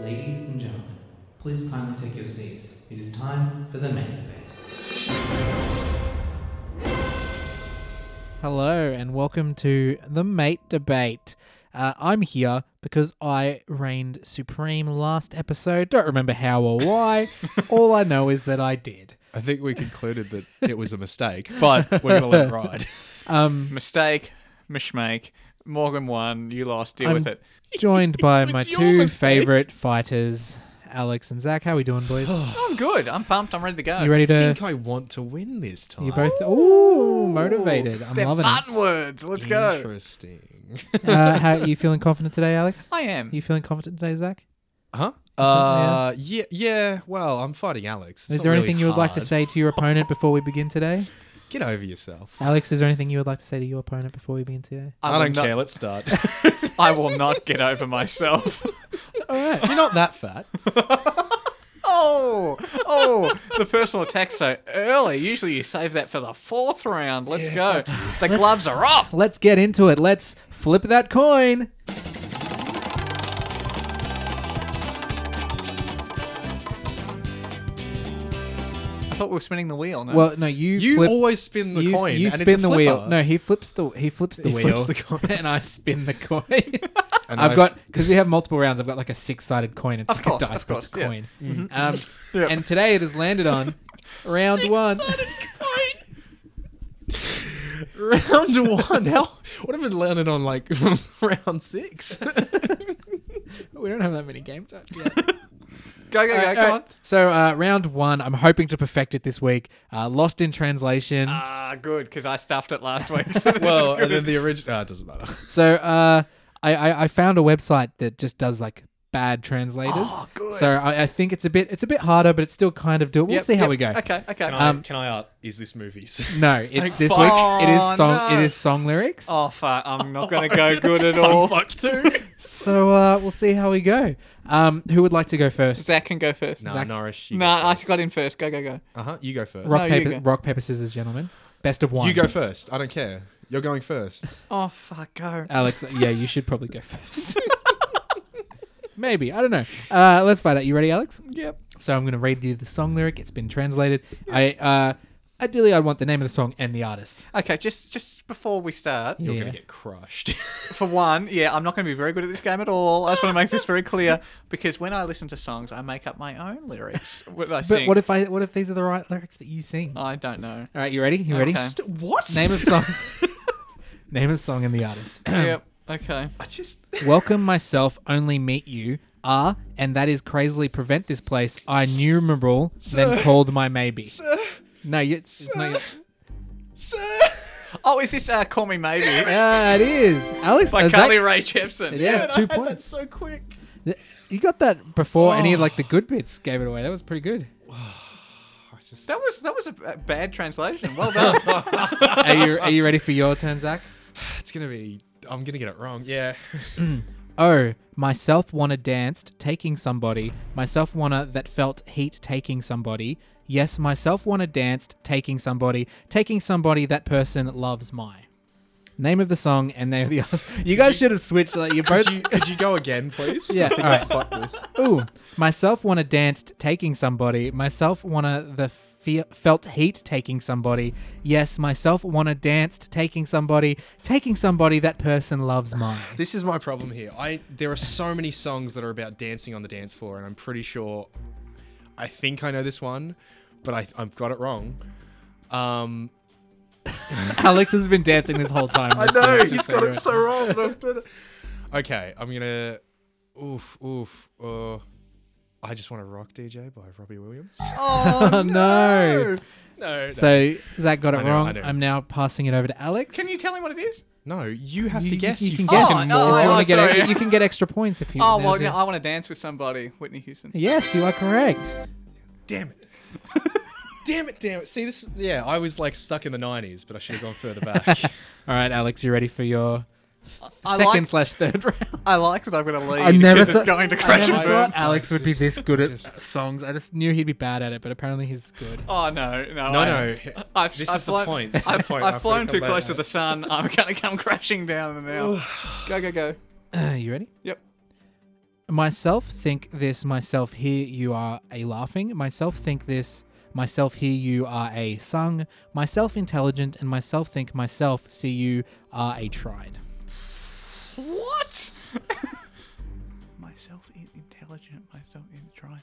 Ladies and gentlemen, please kindly take your seats. It is time for the main debate. Hello and welcome to the mate debate. Uh, I'm here because I reigned supreme last episode. Don't remember how or why. All I know is that I did. I think we concluded that it was a mistake, but we're gonna let it ride. Mistake, mishmake. Morgan won. You lost. Deal I'm- with it. Joined by It's my your two mistake. favorite fighters, Alex and Zach. How we doing, boys? I'm good. I'm pumped. I'm ready to go. you ready I to? think I want to win this time. You both? Ooh, motivated. I'm They're loving fun it. words. Let's go. Interesting. Uh, how you feeling confident today, Alex? I am. You feeling confident today, Zach? huh? Uh, yeah, yeah. Well, I'm fighting Alex. Uh-huh, It's Is not there really anything you would like to hard. say to your opponent before we begin today? Get over yourself. Alex, is there anything you would like to say to your opponent before we begin today? I, will don't not- care. Let's start. I will not get over myself. All right. You're not that fat. Oh, oh! The personal attack so early. Usually you save that for the fourth round. Let's go. The gloves are off. Let's get into it. Let's flip that coin. I thought we were spinning the wheel. No. Well, no, you You flip, always spin the you, coin. You and spin it's a the wheel. flipper. No, he flips the he flips the He wheel. flips the coin. and I spin the coin. And I've I've- got because we have multiple rounds. I've got like a six-sided coin. It's Of like course, a dice, of but it's a course, yeah. coin. Mm-hmm, Um, Yeah. And today it has landed on round one. round one. How? What if it landed on like round six? We don't have that many games. Up yet. go, go, go. Alright, come alright. So uh, round one, I'm hoping to perfect it this week. Uh, Lost in translation. on. Ah, good, because I stuffed it last week. So this well, is good. and then the original. Ah, it doesn't matter. So uh, I, I I found a website that just does like bad translators. Oh, good. So I, I think it's a bit it's a bit harder, but it's still kind of doable. We'll Yep, see how yep. we go. Okay, okay. Can I, Um, can I art? Is this movies? No, it, this week fuck. it is song Oh, it no. is song lyrics. Oh fuck! I'm not gonna Oh, go good at all. fuck too. So uh, we'll see how we go. Um, who would like to go first? Zach can go first. Nah, Zach- Norris. You Nah, go I first. got in first. Go, go, go. Uh huh. You go first. Rock No, you paper go. rock paper scissors, gentlemen. Best of one. You go first. I don't care. You're going first. Oh fuck, go. Alex. Yeah, you should probably go first. Maybe I don't know. Uh, let's find out. You ready, Alex? Yep. So I'm going to read you the song lyric. It's been translated. I uh, ideally I'd want the name of the song and the artist. Okay, just just before we start, You're Yeah. gonna get crushed. for one, yeah, I'm not going to be very good at this game at all. I just want to make this very clear because when I listen to songs, I make up my own lyrics when I But sing. what if I what if these are the right lyrics that you sing? I don't know. All right, you ready? You ready? Okay. what? Name of song. name of song and the artist. yep. Okay. I just. Welcome myself, only meet you. Ah, and that is crazily prevent this place. I numerable then called my maybe. no, you- it's, it's not. Your, Oh, is this uh, "Call Me Maybe"? It's yeah, Ah, it is. Alex, By is that- Carly Rae Jepsen. it is two That's points. so quick. Oh. You got that before any of like the good bits gave it away. That was pretty good. That was that was a b- bad translation. Well done. are you are you ready for your turn, Zach? It's gonna be. I'm gonna get it wrong. Yeah. Oh, myself wanna danced, taking somebody. Myself wanna that felt heat, taking somebody. Yes, myself wanna danced, taking somebody. Taking somebody that person loves my. Name of the song and name of the artist. You guys should have switched. Like you both. Could you, could you go again, please? Yeah, I think alright. I fucked this. Ooh, myself wanna danced, taking somebody. Myself wanna the fe- felt heat, taking somebody. Yes, myself wanna danced, taking somebody. Taking somebody that person loves mine. This is my problem here. I there are so many songs that are about dancing on the dance floor, and I'm pretty sure. I think I know this one, but I I've got it wrong. Um, Alex has been dancing this whole time. I so wrong. okay, I'm gonna. Oof, oof. Uh, I just want to rock DJ by Robbie Williams. Oh no! no, no. So Zach got it I know, I wrong. know. I'm now passing it over to Alex. Can you tell me what it is? no, you have to guess. You, can fucking guess. Oh, if no, you oh, wanna get sorry. e- you can get extra points if you. Oh well, there's yeah, a- I want to dance with somebody. Whitney Houston. Yes, you are correct. Damn it. damn it, damn it. See, this, yeah, I was like stuck in the 90s, but I should have gone further back. All right, Alex, you ready for your I second like, slash third round? I like that I'm going to lead I never because thought- it's going to I crash never and burn. thought Alex would be Just- this good at just- songs. I just knew he'd be bad at it, but apparently he's good. Oh no, no, no, I- no. I've, this I've is flown- the point. This is the I've, point. I've I've flown gotta too come close to back. the sun. I'm going to come crashing down now. go, go, go. Uh, you ready? Yep. Myself think this, myself hear you are a laughing, myself think this, myself hear you are a sung, myself intelligent, and myself think myself see you are a tried. What? myself in- intelligent, myself in try.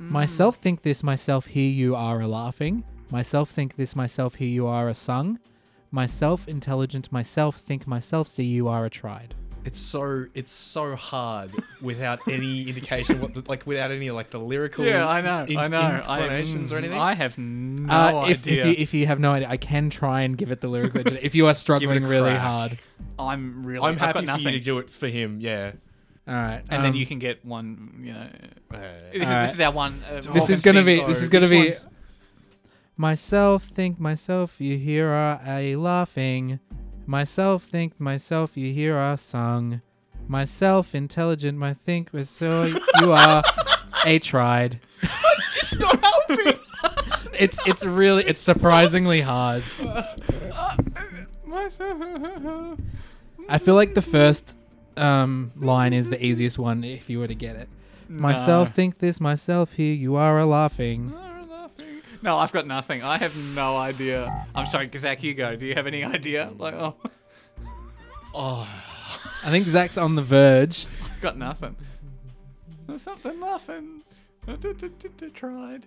Mm. Myself think this, myself hear you are a laughing, myself think this, myself hear you are a sung, myself intelligent, myself think myself see you are a tried. It's so it's so hard without any indication what the, like without any like the lyrical Yeah, I know. in- I know. I- inclinations or mm, anything. I have no Uh, if, idea. If you, if you have no idea, I can try and give it the lyrical. if you are struggling really crack. hard, I'm really. I'm I've got happy for nothing. you to do it for him. Yeah. all right, and then um, you can get one. You know, this, Uh, is, Alright. this is our one. Uh, This Morgan is gonna be. Freeman. This So is gonna this be. one's- Myself think myself you hear are a laughing. Myself think myself you hear are sung. Myself intelligent my think was so you are a tried. It's just not helping. It's it's really it's surprisingly hard. Myself- I feel like the first um, line is the easiest one if you were to get it. Myself No. think this myself here you are a laughing. No, I've got nothing. I have no idea. I'm sorry, Kazak, you go. Do you have any idea? Like, oh, oh, I think Zach's on the verge. I've got nothing. There's something laughing. Tried.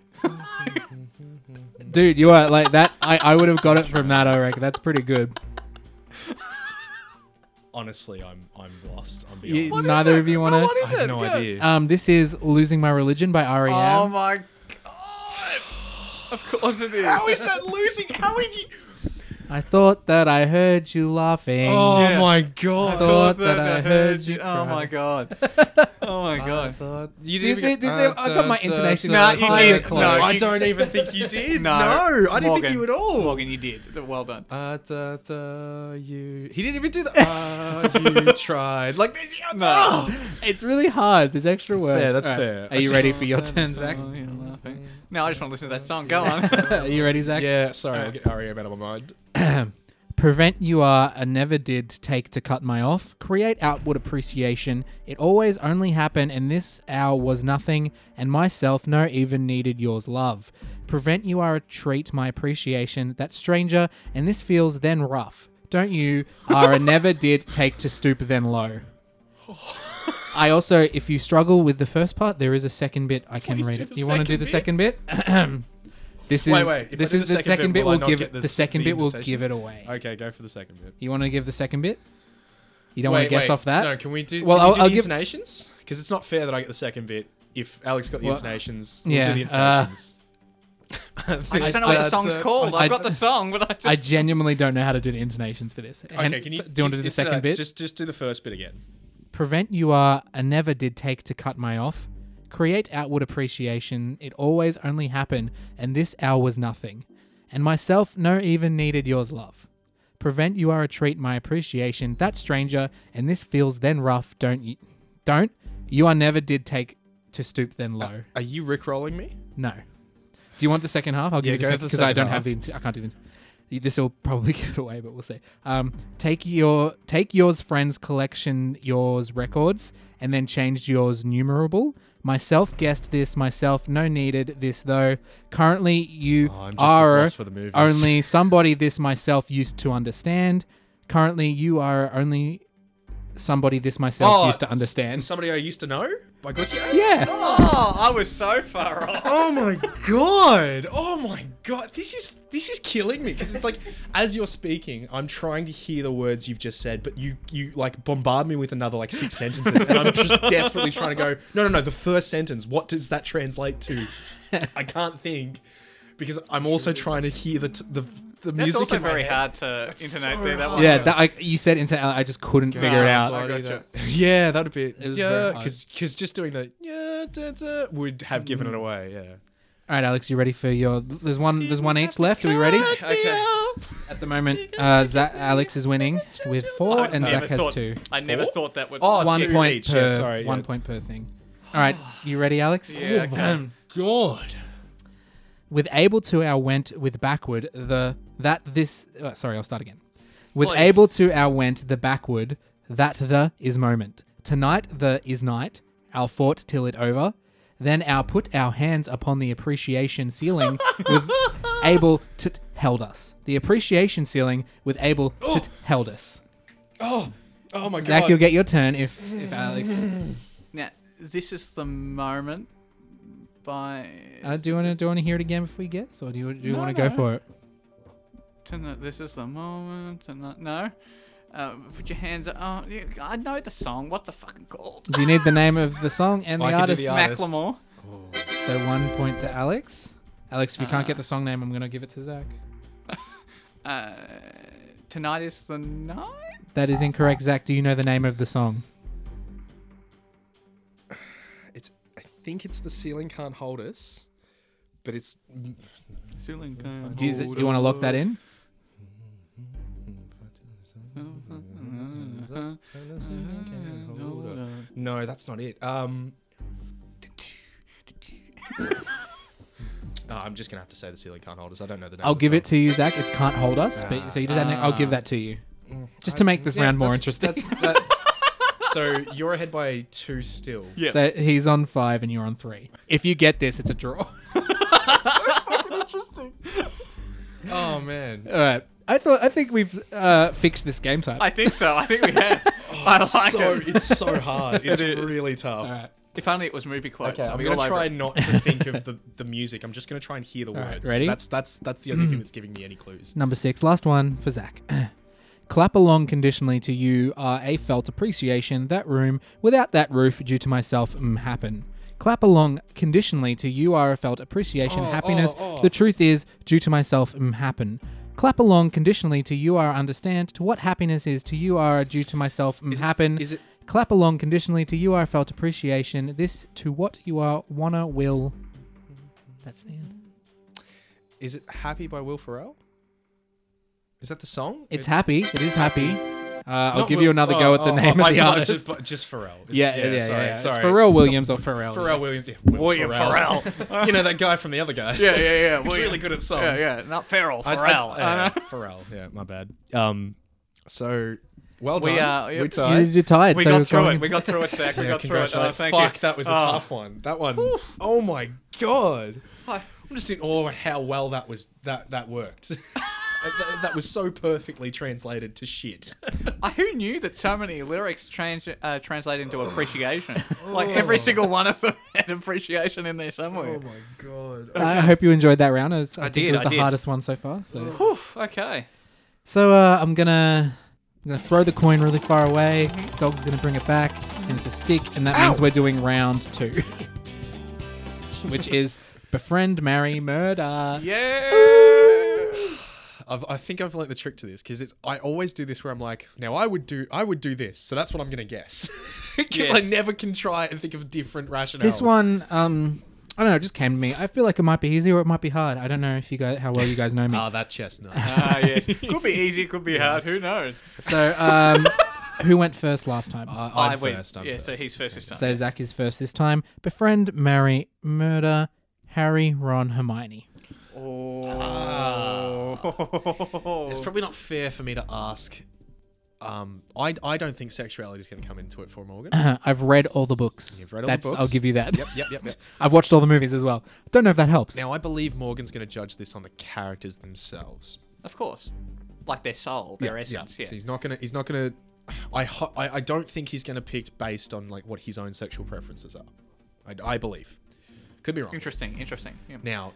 Dude, you are like that. I, I would have got it from that, I reckon. That's pretty good. honestly, I'm I'm lost. I'm You- beyond. neither of you want No, to. what is I have it? no Go. idea. Um, this is Losing My Religion by E R.E.M. Oh Um, my god! Of course it is. How is that losing? How did you? I thought that I heard you laughing. Oh Yeah. my I god! thought that I heard you Oh cry. my god. Oh Uh, my god. You Do you see? Do you see? I got my intonation. a Nah, little you kinda did. close. No, you- I don't even think you did. No, No, I didn't Morgan. think you at all. Morgan, you did. Well done. Uh, da, da, you. He didn't even do that. Uh, you tried. Like, No. no. It's really hard. There's extra That's words. fair, that's All right. fair. Are you ready for your turn, Zach? Oh, yeah, laughing. No, I just want to listen to that song. Go on. Are you ready, Zach? Yeah, sorry, I'll get REM out of my mind. Prevent you are a never did take to cut my off. Create outward appreciation. It always only happened, and this hour was nothing, and myself no even needed yours love. Prevent you are a treat my appreciation. That stranger, and this feels then rough. Don't you are a never did take to stoop then low. I also, if you struggle with the first part, there is a second bit I can Please read do it. the You want to do second the bit? second bit? this is Wait, wait, if I this do is the the second, bit. will I will not give get it, the this- second the bit will invitation? give it away. Okay, go for the second bit. You want to give the second bit? You don't want to guess off that? No, can we do? Well, Well, I'll- I'll, do I'll the give- intonations because it's not fair that I get the second bit. If Alex got the Well, intonations, we'll yeah, do the uh, intonations. I just don't know what uh, the song's called. I- I've got the song, but I just. I genuinely don't know how to do the intonations for this. Okay, And can you so- do you want to do the instead of second that, bit? Just, just do the first bit again. Prevent you are a never did take to cut my off. Create outward appreciation. It always only happened, and this hour was nothing. And myself no even needed yours love. Prevent you are a treat my appreciation. That stranger, and this feels then rough. Don't you? Don't you are never did take to stoop then low. Are you rickrolling me? No. Do you want the second half? I'll Yeah, give go you for the because I second don't half. have the. int- I can't do the. This will probably give it away, but we'll see. Um, take your take yours friends collection yours records and then changed yours numerable. Myself guessed this myself. No needed this though. Currently you Oh, I'm just as are lost for the movies. only somebody this myself used to understand. Currently you are only somebody this myself Oh, used to s- understand. Somebody I used to know by Guzio? yeah. oh, I was so far off. Oh my god! Oh my god! This is this is killing me because it's like as you're speaking, I'm trying to hear the words you've just said, but you you like bombard me with another like six sentences, and I'm just desperately trying to go. No, no, no. The first sentence. What does that translate to? I can't think because I'm also trying to hear the t- the the That's music. also in my very head. hard to internet so there. That hard. one. Yeah, that, I, you said into I just couldn't figure it out. I gotcha. Yeah, that'd be was yeah, very hard. because because just doing the yeah da, da, would have given it away. Yeah. All right, Alex, you ready for your? There's one. There's one each left. Are we ready? Okay. At the moment, uh, Zach, Alex is winning with four, and never Zach has thought, two. I never Four? thought that would. Oh, One two point each, per. yeah, sorry, One yeah. point per thing. All right, you ready, Alex? Yeah, okay. God. With able to our went with backward the that this. uh sorry, I'll start again. With Please. able to our went the backward that the is moment. Tonight the is night, our fort till it over. Then our put our hands upon the appreciation ceiling with able to held us. The appreciation ceiling with able to held us. Oh, oh my Zach, god. you'll get your turn if if Alex. Now, this is the moment by. Uh, do you want to do you want to hear it again before we guess, or do you do you No, want to no. go for it? Tonight, this is the moment. Tonight, no. Uh, put your hands up. Oh, yeah, I know the song. What's the fucking called? Do you need the name of the song and I the can do artist? the artist. Macklemore. So one point to Alex. Alex, if you can't get the song name, I'm gonna give it to Zach. Uh, tonight is the night. That is incorrect, Zach. Do you know the name of the song? It's. I think it's the ceiling can't hold us, but it's. Ceiling can Do you, hold do you want to lock that in? No, that's not it. Um. Oh, I'm just gonna have to say the ceiling can't hold us. I don't know the name. I'll of the give it song. to you, Zach. It's can't hold us, but so you just add, I'll give Ah. that to you, just to make this Yeah, round more that's- interesting. that's- that's- so you're ahead by two still. Yeah. So he's on five and you're on three. If you get this, it's a draw. Interesting. Oh man. All right. I thought I think we've uh, fixed this game type. I think so. I think we have. I like so it. it's so hard. It's is. really tough. All right. If only it was movie quotes. Okay, I'd I'm be gonna all over try it. not to think of the, the music. I'm just gonna try and hear the All right, words. 'cause ready? Hmm. That's that's that's the only thing that's giving me any clues. Number six, last one for Zach. Clap along conditionally to you are a felt appreciation that room without that roof due to myself mm, happen. Clap along conditionally to you are a felt appreciation Oh, happiness oh, oh. the truth is due to myself mm, happen. Clap along conditionally to you are understand to what happiness is to you are due to myself mm, happen. is it- Clap along conditionally to you are felt appreciation this to what you are wanna will. Mm-hmm. That's the end. Is it Happy by Will Ferrell? Is that the song? It's It- happy. It is happy. Uh, I'll not give Will- you another oh, go at the oh, name oh, of the I- no, artist. Just, but just Ferrell. Is it- yeah, yeah, yeah, Sorry, yeah. sorry. It's Pharrell Williams or Pharrell. Pharrell Williams. Yeah, Will William Farrell. you know that guy from the other guys. yeah, yeah, yeah. He's William. really good at songs. Yeah, yeah. Not Farrell. I- I- Farrell. yeah, uh, Pharrell. Yeah, my bad. Um, so well We, done. uh, we yeah. You- tied. You're tired. we so got it's through going- it. We got through it, Zach. We Yeah, got through it. Oh, congratulations. thank Fuck, you. that was a Oh. tough one. That one. Oh my god. Hi. I'm just in awe of how well that was that that worked. that, that- that was so perfectly translated to shit. I, who knew that so many lyrics trans, uh, translate into appreciation? like every single one of them had appreciation in there somewhere. my god. I hope you enjoyed that round. It was, I, I think did, it was I the did. hardest one so far. So, Oh, Whew, okay. so uh, I'm gonna I'm gonna throw the coin really far away. Dog's gonna bring it back, and it's a stick, and that means Ow! we're doing round two, which is befriend, marry, murder. Yeah. I've, I think I've learnt the trick to this because it's I always do this where I'm like, now I would do I would do this, so that's what I'm gonna guess because I Yes. never can try and think of different rationales. This one, um, I don't know, it just came to me. I feel like it might be easy or it might be hard. I don't know if you guys how well you guys know me. Ah, that chestnut. Ah, yes. Could be easy, could be hard. Who knows? So, um, who went first last time? I'm win. first. I'm Oh, yeah, first. so he's first this time. So Zach is first this time. Befriend, marry, murder, Harry, Ron, Hermione. oh. Ah. It's probably not fair for me to ask. Um, I, I don't think sexuality is going to come into it for Morgan. yep, I've read all the books. You've read all the That's, books. I'll give you that. yep, yep. yep. I've watched all the movies as well. Don't know if that helps. Now I believe Morgan's going to judge this on the characters themselves. Of course. Like their soul, their essence, yeah. So he's not going to. He's not going to. I, ho- I I don't think he's going to pick based on like what his own sexual preferences are. I, I believe. Could be wrong. Interesting, interesting. Yeah. Now,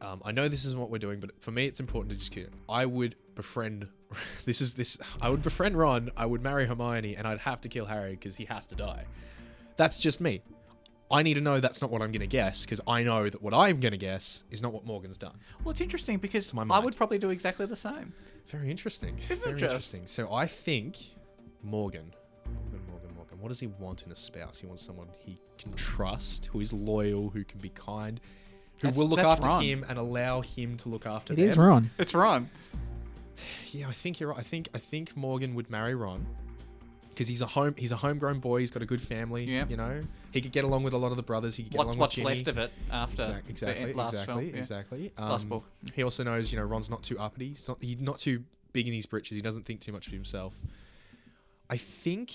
um, I know this isn't what we're doing, but for me, it's important to just keep. I would befriend. This is this. I would befriend Ron. I would marry Hermione, and I'd have to kill Harry because he has to die. That's just me. I need to know that's not what I'm going to guess because I know that what I'm going to guess is not what Morgan's done. Well, it's interesting because my I mind. would probably do exactly the same. Very interesting. Isn't it Very just? interesting. So I think Morgan, Morgan, Morgan, Morgan. What does he want in a spouse? He wants someone he can trust, who is loyal, who can be kind, who That's- will look that's after Ron. him and allow him to look after It them. is Ron. It's wrong. Yeah, I think you're right. I think I think Morgan would marry Ron because he's a home he's a homegrown boy. He's got a good family. Yeah. you know he could get along with a lot of the brothers. He could get What's along what's with Ginny. left of it after Exac- Exactly, the last exactly, film? yeah. exactly. Um, Last book. He also knows, you know, Ron's not too uppity. He's not, he's not too big in his britches. He doesn't think too much of himself. I think,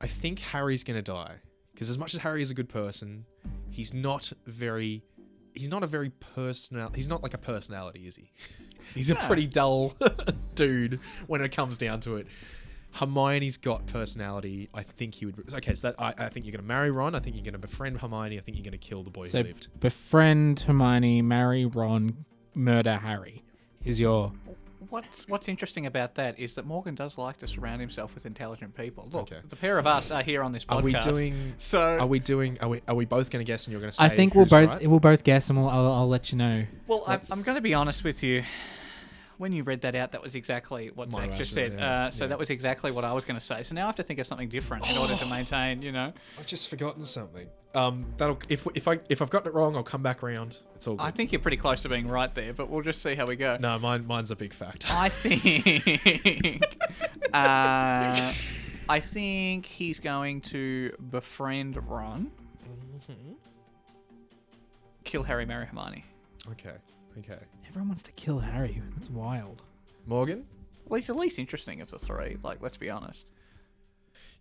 I think Harry's gonna die because as much as Harry is a good person, he's not very. He's not a very personal. He's not like a personality, is he? He's a No. pretty dull dude when it comes down to it. Hermione's got personality. I think he would. Okay, so that I, I think you're gonna marry Ron. I think you're gonna befriend Hermione. I think you're gonna kill the boy So who lived. befriend Hermione, marry Ron, murder Harry is your What's What's interesting about that is that Morgan does like to surround himself with intelligent people. Look, Okay. the pair of us are here on this podcast. Are we doing? So Are we doing? Are we? Are we both gonna guess? And you're gonna say? I think we'll who's both right? we'll both guess and we'll, I'll, I'll let you know. Well, I, That's- I'm going to be honest with you. When you read that out, that was exactly what My Zach just rationale, said. yeah, Uh, so yeah. that was exactly what I was going to say. So now I have to think of something different in Oh. order to maintain, you know. I've just forgotten something. Um, that'll if if I if I've gotten it wrong, I'll come back round. It's all good. I think you're pretty close to being right there, but we'll just see how we go. no, mine mine's a big factor. I think. uh, I think he's going to befriend Ron, kill Harry, marry Hermione. okay, okay. Everyone wants to kill Harry. That's wild. Morgan. Well, he's the least interesting of the three. Like, let's be honest.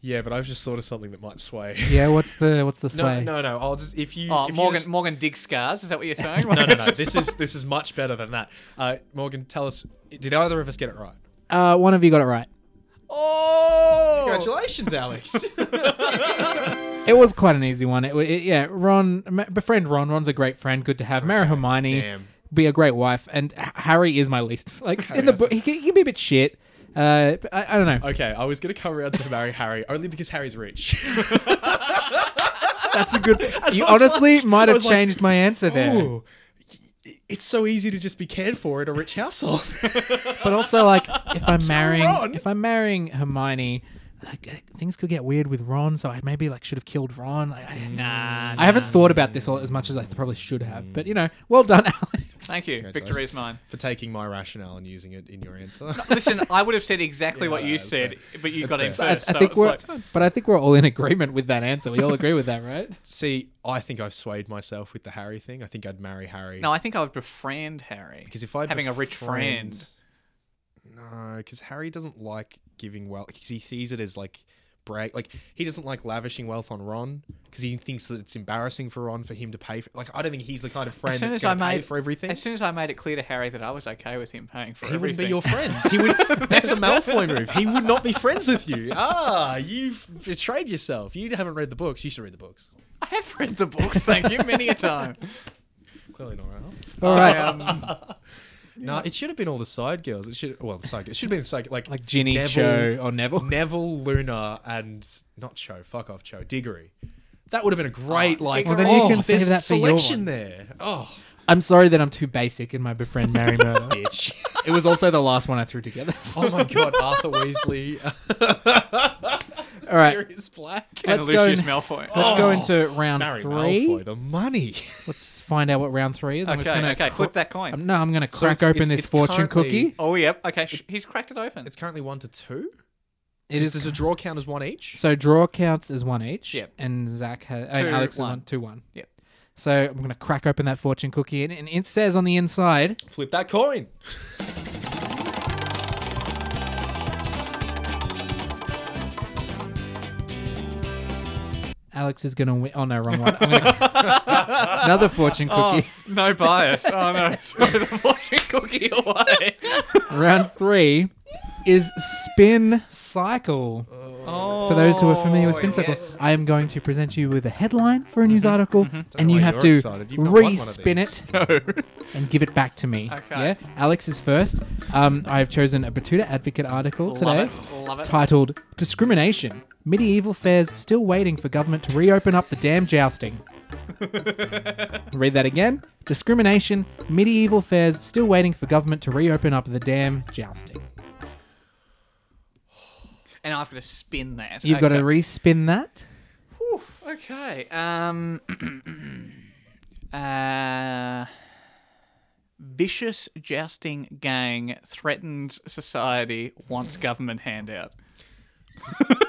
Yeah, but I've just thought of something that might sway. Yeah, what's the what's the No, sway? no, no. I'll just if you. Oh, if you Morgan, just- Morgan dig scars. Is that what you're saying? no, no, no. This is this is much better than that. Uh, Morgan, tell us. Did either of us get it right? Uh, one of you got it right. Oh! Congratulations, Alex. It was quite an easy one. It, wa- it yeah, Ron ma- befriend Ron. Ron's a great friend. Good to have. Marry Hermione. damn. Be a great wife. And H- Harry is my least like in the Harry's- book. He, can- he can be a bit shit. Uh, but I, I don't know. okay, I was gonna come around to marry Harry only because Harry's rich. That's a good. You was honestly like- might I have was like, changed my answer there. Ooh, it's so easy to just be cared for in a rich household. But also, like, if I'm marrying, Ron. if I'm marrying Hermione, like, uh, things could get weird with Ron. So I maybe like should have killed Ron. Like, I, Mm, Nah, I haven't thought about this all as much as I probably should have. But you know, well done, Alex. Thank you. Victory is mine. for taking my rationale and using it in your answer. Listen, I would have said exactly Yeah, what no, you that's said, but you That's got in fair. I- first. I so think it's we're, like, but I think we're all in agreement with that answer. We all agree with that, right? See, I think I've swayed myself with the Harry thing. I think I'd marry Harry. no, I think I would befriend Harry because if I having a rich befriend- friend. No, because Uh, Harry doesn't like giving wealth. Because he sees it as like brag. Like he doesn't like lavishing wealth on Ron because he thinks that it's embarrassing for Ron for him to pay. For, like I don't think he's the kind of friend soon that's as I going to pay made- for everything. As soon as I made it clear to Harry that I was okay with him paying for He wouldn't be everything, your friend. He would. That's a Malfoy move. He would not be friends with you. Ah, you've betrayed yourself. You haven't read the books. You should read the books. I have read the books, thank you, many a time. um, Clearly not Ralph. All right. um, No, it should have been all the side girls. It should well, the side. It should have been the side like like Ginny, Neville- Cho, or Neville. Neville, Luna, and not Cho. Fuck off, Cho. Diggory. That would have been a great like. Well, then you oh, can save there's that for your one. selection there. Oh, I'm sorry that I'm too basic in my befriend Mary Murder. bitch. it was also the last one I threw together. oh my god, Arthur Weasley. All right. Sirius Black. And Let's go Lucius n- Malfoy. Let's go Oh. into round Marry three. Malfoy, the money. Let's find out what round three is. I'm just Oh, okay, gonna okay, cr- flip that coin. Um, no, I'm going to So crack it's- open it's- this it's fortune currently- cookie. Oh, yep. Okay, sh- he's cracked it open. It's currently one to two. It Does- is does a draw count as one each? so draw counts as one each. Yep. And Zach has and Two, Alex is one. one two one. Yep. So I'm going to crack open that fortune cookie, and, and it says on the inside, Flip that coin. Alex is going to win. Oh no, wrong one. I'm gonna- another fortune Oh, cookie. no bias. Oh, no. Throw the fortune cookie away. Round three is spin cycle. Oh, For those who are familiar with Oh, spin yes. cycle, I am going to present you with a headline for a news article, and Mm-hmm. know you why have you're to excited. You've not won one of re-spin these. it. and give it back to me. Okay. Yeah. Alex is first. Um, I have chosen a Batuta Advocate article today Love it. Love it. titled Discrimination. Medieval fairs still waiting for government to reopen up the damn jousting. Read that again. Discrimination. Medieval fairs still waiting for government to reopen up the damn jousting. and I've got to spin that. You've got to Okay. respin that. Whew, okay. Um. uh. Vicious jousting gang threatens society. Wants government handout.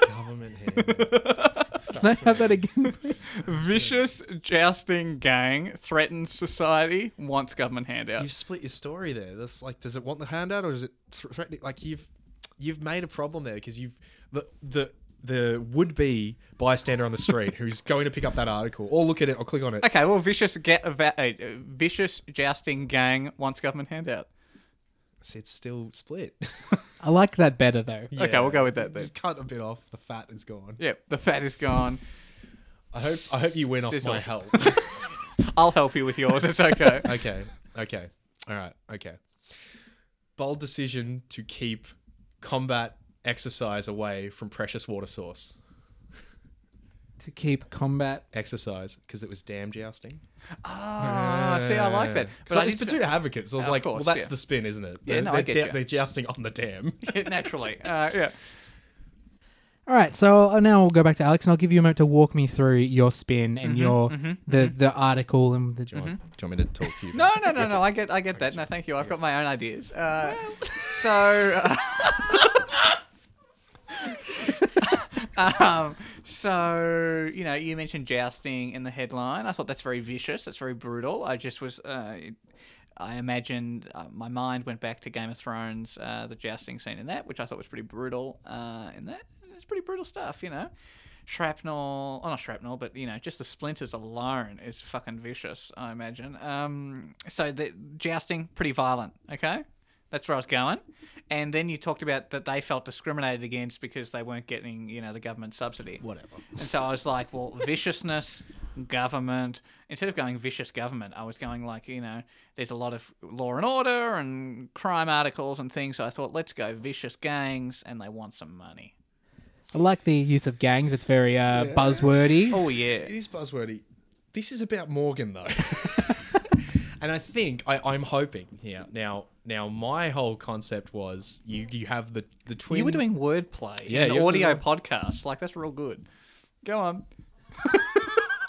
Government hand. Can I have that again? please? Vicious jousting gang threatens society. Wants government handout. You've split your story there. That's like, does it want the handout or is it th- threatening? Like you've you've made a problem there because you've the the the would-be bystander on the street who's going to pick up that article or look at it or click on it. Okay, well, vicious get, va- uh, vicious jousting gang wants government handout. It's- It's still split. I like that better though. Okay, we'll go with that You then. cut a bit off. The fat is gone. Yep, the fat is gone. I hope I hope you win off Sizzle. my help. I'll help you with yours. It's okay. okay. Okay. All right. Okay. Bold decision to keep combat exercise away from precious water source. To keep combat. Exercise because it was dam jousting. Ah, see, I like that. Because But I it's need to- between advocates. So I was Of like, course, well, that's yeah. the spin, isn't it? Yeah, They're- no, I they're, get da- ya. they're jousting on the dam. naturally. Uh, yeah. All right, so uh, now we'll go back to Alex, and I'll give you a moment to walk me through your spin Mm-hmm, and your the the article and the. Do you want me to talk to you? No, no, no, no. I get, I get that. No, thank you. I've got my own ideas. Uh, so, uh, um, so you know, you mentioned jousting in the headline. I thought that's very vicious. That's very brutal. I just was, uh, I imagined uh, my mind went back to Game of Thrones, uh, the jousting scene in that, which I thought was pretty brutal. Uh, in that, it's pretty brutal stuff, you know. Shrapnel, oh not shrapnel, but you know, just the splinters alone is fucking vicious. I imagine. Um, so the jousting, pretty violent. Okay, that's where I was going. And then you talked about that they felt discriminated against because they weren't getting, you know, the government subsidy. Whatever. And so I was like, well, viciousness, government. Instead of going vicious government, I was going like, you know, there's a lot of law and order and crime articles and things. So I thought, let's go vicious gangs, and they want some money. I like the use of gangs. It's very uh, buzzwordy. Oh yeah. It is buzzwordy. This is about Morgan though. and I think I, I'm hoping here now now my whole concept was you you have the the twin You were doing wordplay Yeah, yeah, you an were audio doing- podcast. Like that's real good. Go on.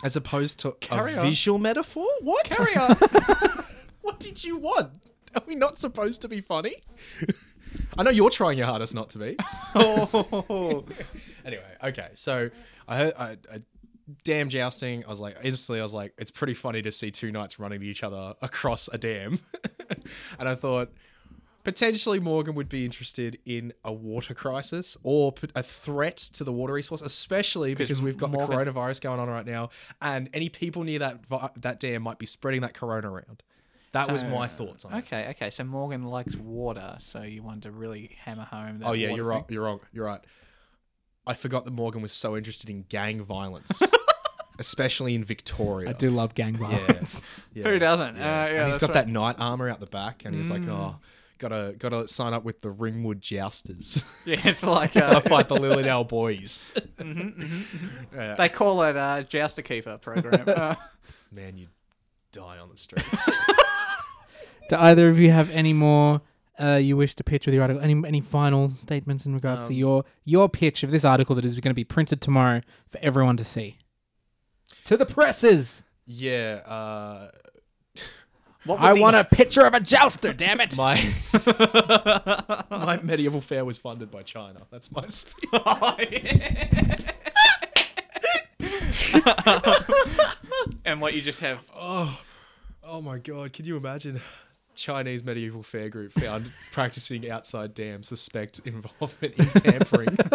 as opposed to Carry a on. visual metaphor? What? Carry on. What did you want? Are we not supposed to be funny? I know you're trying your hardest not to be. oh. anyway, okay. So I heard I, I dam jousting. I was like, instantly, I was like, it's pretty funny to see two knights running at each other across a dam. and I thought potentially Morgan would be interested in a water crisis or p- a threat to the water resource, especially because we've got Morgan- the coronavirus going on right now, and any people near that vi- that dam might be spreading that corona around. That was my thoughts on it. Okay, okay. So Morgan likes water, so you wanted to really hammer home that. Oh yeah, water you're thing. right. You're wrong. You're right. I forgot that Morgan was so interested in gang violence, especially in Victoria. I do love gang violence. Yeah. Who doesn't? Uh, yeah, and he's that's got right. Mm. that knight armor out the back, and he's like, "Oh, gotta gotta sign up with the Ringwood Jousters. Yeah, it's like gotta uh, mm-hmm, fight the Lilydale boys." they call it uh, Jouster Keeper program. Uh, Man, you die on the streets. Do either of you have any more uh, you wish to pitch with your article? Any any final statements in regards Um, to your your pitch of this article that is going to be printed tomorrow for everyone to see? To the presses! yeah. Uh, what would I the- want a picture of a jouster. Damn it! my my medieval fair was funded by China. That's my speech. Oh, yeah. and what you just have? Oh, oh my God! Can you imagine? Chinese medieval fair group found practicing outside dam suspect involvement in tampering.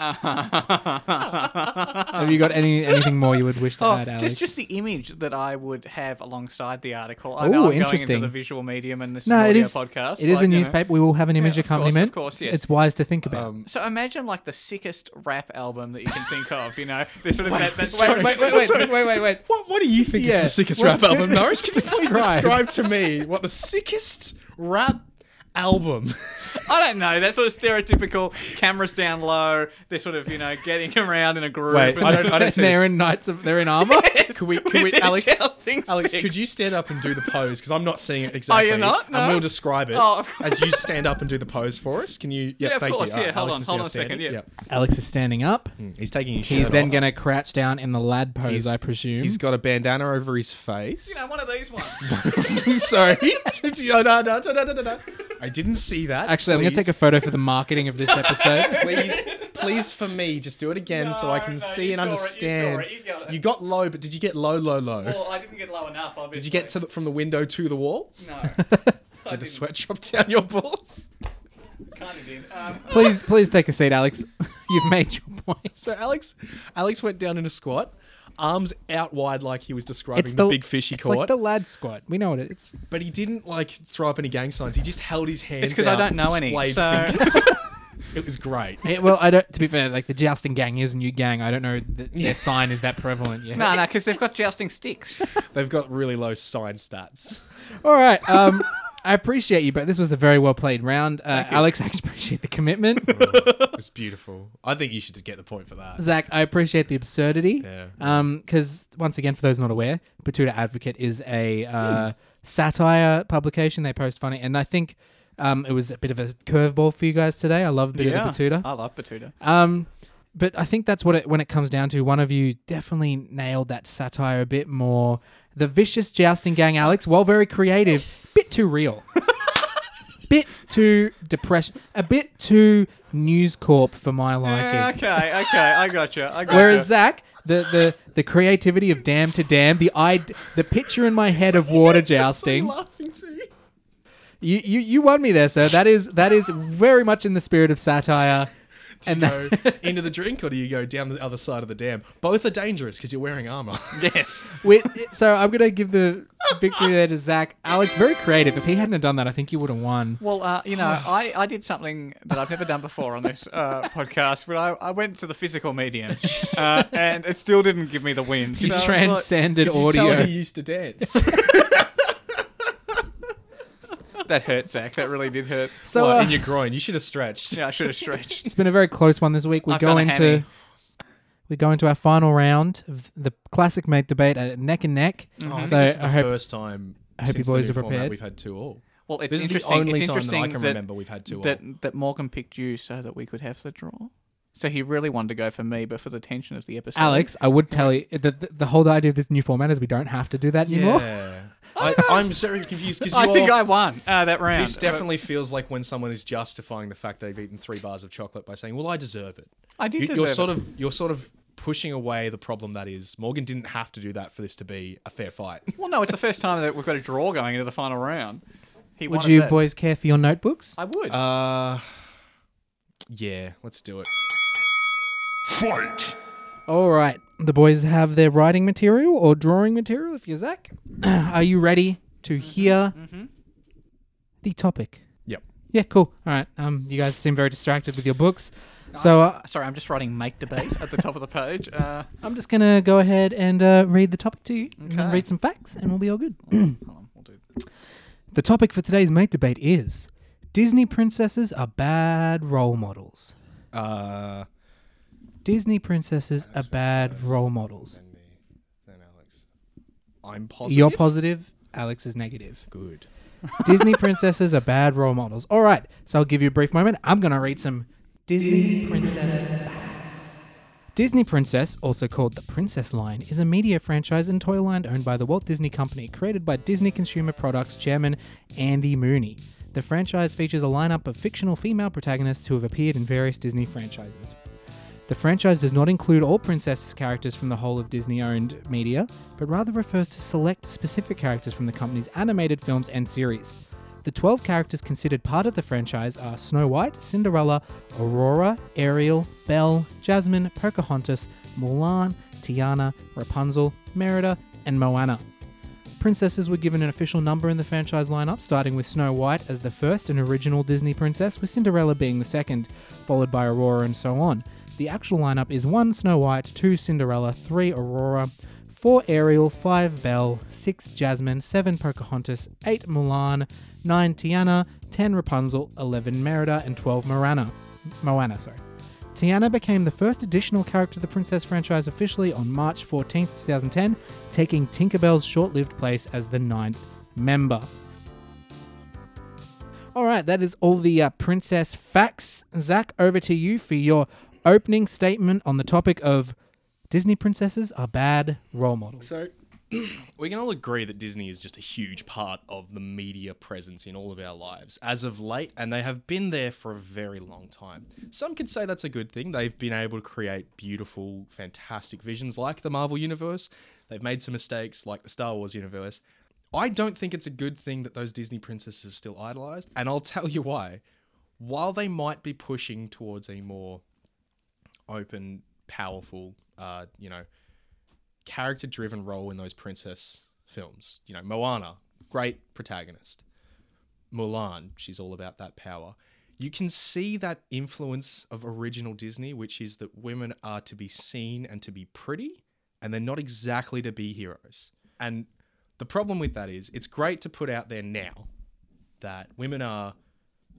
Oh, have you got any anything more you would wish to Oh, add, Alex? just just the image that I would have alongside the article. I know Ooh, I'm going interesting. into the visual medium, and this no, is an it audio is. podcast. it is like, a you know. newspaper. We will have an image of course, of accompaniment. course, It's- yes. It's wise to think about. Um, So imagine like the sickest rap album that you can think of. You know, there's sort of that. that sorry. wait, wait, wait, wait, Sorry. wait, wait, wait, wait. What, what do you think is Yeah. the sickest What- rap album, Norris? Can you please Describe. describe to me what the sickest rap album? I don't know. That sort of stereotypical cameras down low. They're sort of you know getting around in a group. Wait, I don't- I don't see they're in knights. Of, they're in armor. Could we, could we, Alex, Alex, could you stand up and do the pose? Because I'm not seeing it exactly. not? And No. we'll describe it Oh, of as you stand up and do the pose for us. Can you? Yeah, of thank course, You. All yeah, hold Alex on, is hold now on a second, standing. yeah. Alex is standing up. Yep. He's taking his He's shirt then off. going to crouch down in the lad pose, I presume. Mm. He's got a bandana over his face. You know, one of these ones. I'm sorry. No, no, no, no, no, no, no. I didn't see that. Actually, I'm going to Please- take a photo for the marketing of this episode. Please, please, for me, just do it again so I No, can no, see you and saw it, you saw understand. it, you got it. low, but did you get low, low, low? well, I didn't get low enough. Obviously. did you get to the, from the window to the wall? No. I Did the didn't. sweat drop down your balls? kind of did. Um, Please, please take a seat, Alex. You've made your point. So Alex, Alex went down in a squat, arms out wide like he was describing the, big fish he it's caught. like the lad squat. We know what it is. but he didn't like throw up any gang signs. He just held his hands. it's because I out don't know with any. splayed So fingers. it was great. Yeah, well, I don't. To be fair, like the jousting gang is a new gang. I don't know that their sign is that prevalent yet. no, no, because they've got jousting sticks. They've got really low sign stats. All right. Um, I appreciate you, but this was a very well played round. Uh, Alex, I appreciate the commitment. it was beautiful. I think you should get the point for that. Zach, I appreciate the absurdity. Yeah. Um, because once again, for those not aware, Batuta Advocate is a uh, satire publication. They post funny, and I think um, it was a bit of a curveball for you guys today. I love a bit of the Batuta. I love Batuta. Um, but I think that's what it when it comes down to. One of you definitely nailed that satire a bit more. The vicious jousting gang, Alex, while very creative, bit too real, bit too depression, a bit too News Corp for my liking. Yeah, okay, okay, I gotcha. I gotcha. Whereas Zach, the, the the creativity of dam to dam, the I the picture in my head of water jousting. laughing too. You, you you won me there, sir. That is that is very much in the spirit of satire. And go into the drink or do you go down the other side of the dam? Both are dangerous because you're wearing armor. yes, We, so I'm gonna give the victory there to Zach. Alex, very creative. If he hadn't have done that, I think you would have won. Well, uh, you know, I, I did something that I've never done before on this uh, podcast, but I, I went to the physical medium, uh, and it still didn't give me the win. He So it's like- transcended Did you tell audio. he used to dance? that hurt, Zach. That really did hurt. so Well, uh, in your groin, you should have stretched. Oh, Yeah, I should have stretched. it's been a very close one this week. We I've go done a into hammy. we go into our final round of the classic mate debate at neck and neck. Oh, I think So this is the I hope first time I hope you since the boys new are format prepared. We've had two all. Well, it's This is the interesting. only time it's that interesting I can that, remember we've had two all. that that Morgan picked you so that we could have the draw. So he really wanted to go for me, but for the tension of the episode, Alex, I would tell you that the, the whole idea of this new format is we don't have to do that anymore. Yeah. I, I'm very confused because I think you're- I won uh, that round. This definitely feels like when someone is justifying the fact they've eaten three bars of chocolate by saying, "Well, I deserve it." I did You, are deserve sort it. of you're sort of pushing away the problem that is Morgan didn't have to do that for this to be a fair fight. Well, no, it's the first time that we've got a draw going into the final round. He Would wanted you that. boys care for your notebooks? I would. Uh, yeah, let's do it. All right, the boys have their writing material or drawing material. If you're Zach, are you ready to hear Mm-hmm. the topic? Yep. Yeah, cool. All right. Um, you guys seem very distracted with your books, so uh, Sorry, I'm just writing make debate at the top of the page. Uh, I'm just gonna go ahead and uh, read the topic to you, and then Okay. read some facts, and we'll be all good. hold on, we'll do The topic for today's mate debate is: Disney princesses are bad role models. Uh, Disney princesses are bad role models. then me, then Alex. I'm positive. You're positive. Alex is negative. good. Disney princesses are bad role models. All right, so I'll give you a brief moment. I'm going to read some Disney princess. Disney Princess, also called the Princess Line, is a media franchise and toy line owned by the Walt Disney Company, created by Disney Consumer Products chairman Andy Mooney. The franchise features a lineup of fictional female protagonists who have appeared in various Disney franchises. The franchise does not include all princess characters from the whole of Disney owned media, but rather refers to select specific characters from the company's animated films and series. The 12 characters considered part of the franchise are Snow White, Cinderella, Aurora, Ariel, Belle, Jasmine, Pocahontas, Mulan, Tiana, Rapunzel, Merida, and Moana. Princesses were given an official number in the franchise lineup, starting with Snow White as the first and original Disney princess, with Cinderella being the second, followed by Aurora and so on. The actual lineup is 1 Snow White, 2 Cinderella, 3 Aurora, 4 Ariel, 5 Belle, 6 Jasmine, 7 Pocahontas, 8 Mulan, 9 Tiana, 10 Rapunzel, 11 Merida, and 12 Moana. Moana, sorry. Tiana became the first additional character to the Princess franchise officially on March 14, 2010, taking Tinkerbell's short lived place as the ninth member. All right, that is all the uh, Princess facts. Zach, over to you for your opening statement on the topic of Disney princesses are bad role models. we can all agree that Disney is just a huge part of the media presence in all of our lives as of late, and they have been there for a very long time. Some could say that's a good thing. They've been able to create beautiful, fantastic visions like the Marvel Universe. They've made some mistakes like the Star Wars Universe. I don't think it's a good thing that those Disney princesses are still idolized, and I'll tell you why. while they might be pushing towards a more open, powerful, uh, you know, character-driven role in those princess films, you know, Moana, great protagonist. Mulan, she's all about that power. You can see that influence of original Disney, which is that women are to be seen and to be pretty, and they're not exactly to be heroes. And the problem with that is it's great to put out there now that women are,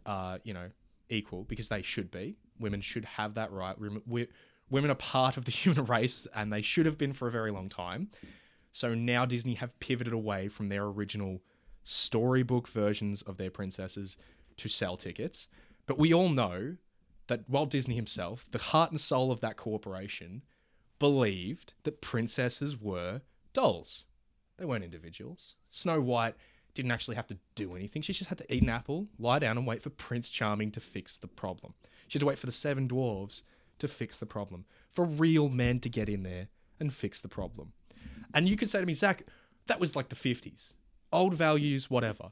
uh, you know, equal because they should be. Women should have that right. Wom- we- Women are part of the human race and they should have been for a very long time. So now Disney have pivoted away from their original storybook versions of their princesses to sell tickets. But we all know that Walt Disney himself, the heart and soul of that corporation, believed that princesses were dolls. They weren't individuals. Snow White didn't actually have to do anything. She just had to eat an apple, lie down, and wait for Prince Charming to fix the problem. She had to wait for the seven dwarves to fix the problem, for real men to get in there and fix the problem. And you could say to me, Zach, that was like the 50s, old values, whatever.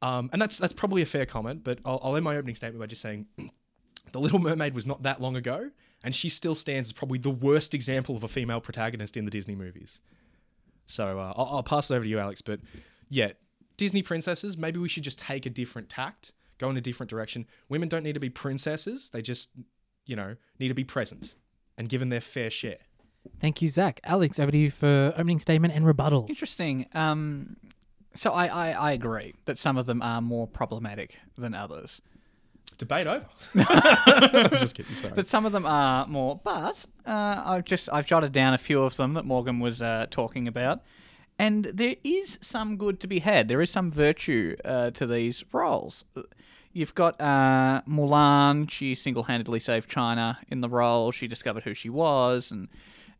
Um, and that's that's probably a fair comment, but I'll, I'll end my opening statement by just saying the Little Mermaid was not that long ago, and she still stands as probably the worst example of a female protagonist in the Disney movies. So uh, I'll, I'll pass it over to you, Alex. But yeah, Disney princesses, maybe we should just take a different tact, go in a different direction. Women don't need to be princesses, they just, you know, need to be present and given their fair share. Thank you, Zach. Alex, over to you for opening statement and rebuttal. Interesting. Um, so I, I, I agree that some of them are more problematic than others. Debate over. I'm just kidding, sorry. That some of them are more, but uh, I've just I've jotted down a few of them that Morgan was uh, talking about, and there is some good to be had. There is some virtue uh, to these roles. You've got uh, Mulan. She single-handedly saved China in the role. She discovered who she was and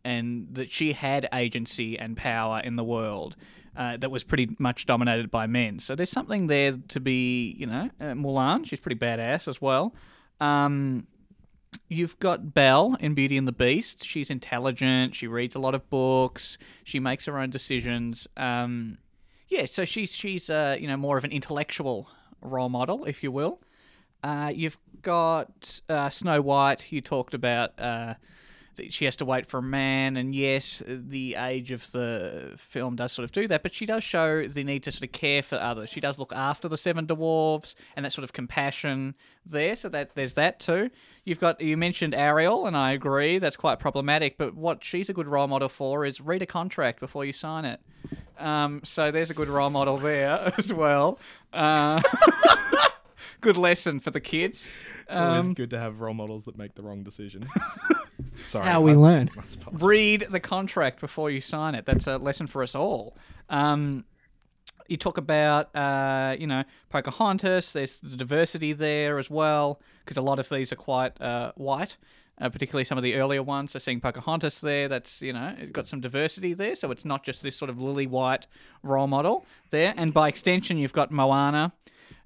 and that she had agency and power in the world. Uh, that was pretty much dominated by men. So there's something there to be, you know, uh, Mulan. She's pretty badass as well. Um, You've got Belle in Beauty and the Beast. She's intelligent. She reads a lot of books. She makes her own decisions. Um, yeah, so she's she's uh, you know more of an intellectual role model, if you will. Uh, you've got uh, Snow White. You talked about uh, that she has to wait for a man, and yes, the age of the film does sort of do that, but she does show the need to sort of care for others. She does look after the seven dwarves, and that sort of compassion there. So that there's that too. You've got you mentioned Ariel, and I agree that's quite problematic. But what she's a good role model for is read a contract before you sign it. Um, so there's a good role model there as well. Uh, good lesson for the kids. It's um, always good to have role models that make the wrong decision. Sorry. How we I- learn. that's possible. read the contract before you sign it. That's a lesson for us all. Um, you talk about, uh, you know, Pocahontas. There's the diversity there as well, because a lot of these are quite uh, white, uh, particularly some of the earlier ones. So seeing Pocahontas there, that's you know, it's got some diversity there. So it's not just this sort of lily white role model there. And by extension, you've got Moana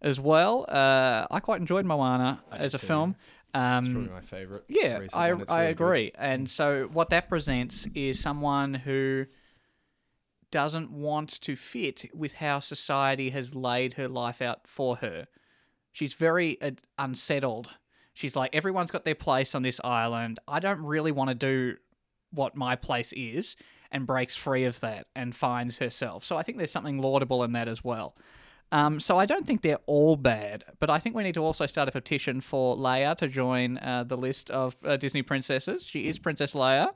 as well. Uh, I quite enjoyed Moana as a too. film. Um, Probably my favorite. yeah, recent I, one. It's I really good. Mm. agree. And so what that presents is someone who doesn't want to fit with how society has laid her life out for her. She's very uh, unsettled. She's like, everyone's got their place on this island. I don't really want to do what my place is, and breaks free of that and finds herself. So I think there's something laudable in that as well. Um, so I don't think they're all bad, but I think we need to also start a petition for Leia to join uh, the list of uh, Disney princesses. She is Princess Leia.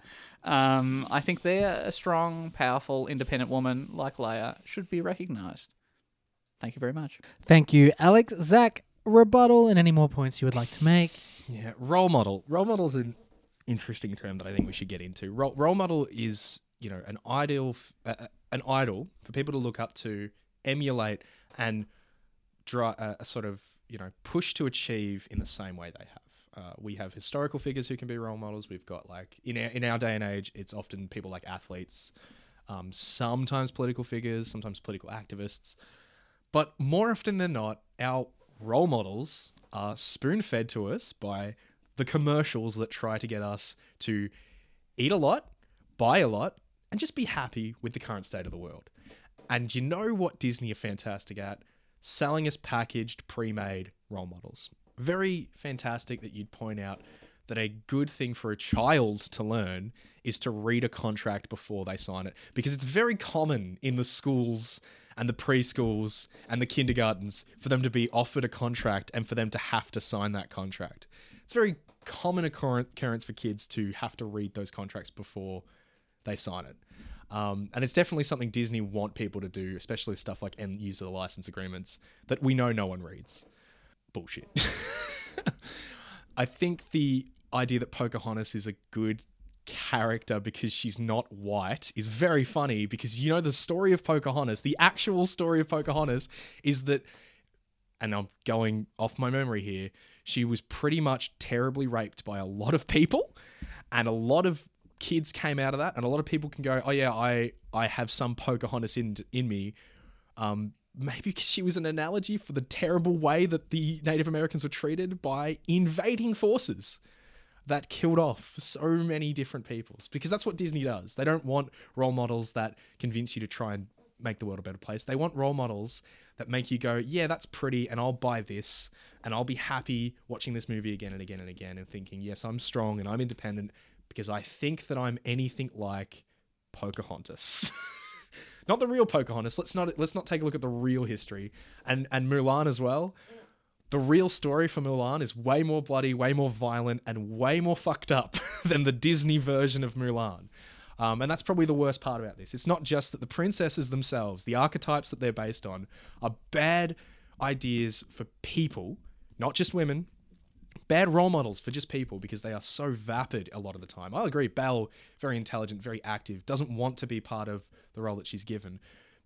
Um, I think they're a strong, powerful, independent woman like Leia should be recognised. Thank you very much. Thank you, Alex. Zach, rebuttal and any more points you would like to make. Yeah, role model. Role model's an interesting term that I think we should get into. Role, role model is, you know, an ideal, f- uh, uh, an idol for people to look up to, emulate, and draw a, a sort of, you know, push to achieve in the same way they have. Uh, we have historical figures who can be role models. We've got like in our in our day and age, it's often people like athletes, um, sometimes political figures, sometimes political activists. But more often than not, our role models are spoon fed to us by the commercials that try to get us to eat a lot, buy a lot, and just be happy with the current state of the world. And you know what Disney are fantastic at? Selling us packaged, pre made role models. very fantastic that you'd point out that a good thing for a child to learn is to read a contract before they sign it because it's very common in the schools and the preschools and the kindergartens for them to be offered a contract and for them to have to sign that contract. It's very common occur- occurrence for kids to have to read those contracts before they sign it. Um, and it's definitely something Disney want people to do, especially stuff like end user license agreements that we know no one reads. Bullshit. I think the idea that Pocahontas is a good character because she's not white is very funny because you know the story of Pocahontas, the actual story of Pocahontas is that and I'm going off my memory here, she was pretty much terribly raped by a lot of people and a lot of kids came out of that and a lot of people can go, "Oh yeah, I I have some Pocahontas in in me." Um maybe 'cause she was an analogy for the terrible way that the Native Americans were treated by invading forces that killed off so many different peoples because that's what Disney does. They don't want role models that convince you to try and make the world a better place. They want role models that make you go, "Yeah, that's pretty and I'll buy this and I'll be happy watching this movie again and again and again and thinking, "Yes, I'm strong and I'm independent because I think that I'm anything like Pocahontas." not the real Pocahontas. Let's not let's not take a look at the real history and and Mulan as well the real story for Mulan is way more bloody, way more violent, and way more fucked up than the Disney version of Mulan. Um, and that's probably the worst part about this. It's not just that the princesses themselves, the archetypes that they're based on, are bad ideas for people, not just women, bad role models for just people because they are so vapid a lot of the time. I agree, Belle, very intelligent, very active, doesn't want to be part of the role that she's given.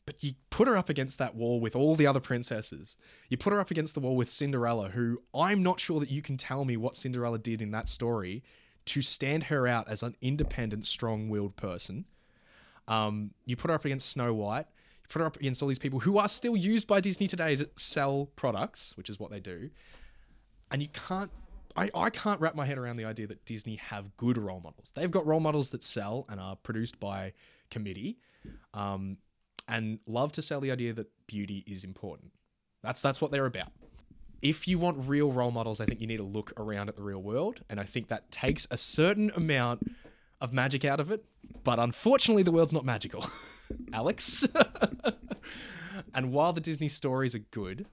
But you put her up against that wall with all the other princesses. You put her up against the wall with Cinderella, who I'm not sure that you can tell me what Cinderella did in that story to stand her out as an independent, strong willed person. Um, you put her up against Snow White. You put her up against all these people who are still used by Disney today to sell products, which is what they do and you can't I, I can't wrap my head around the idea that Disney have good role models. They've got role models that sell and are produced by committee, um, and love to sell the idea that beauty is important. That's that's what they're about. If you want real role models, I think you need to look around at the real world, and I think that takes a certain amount of magic out of it. But unfortunately, the world's not magical, Alex. and while the Disney stories are good,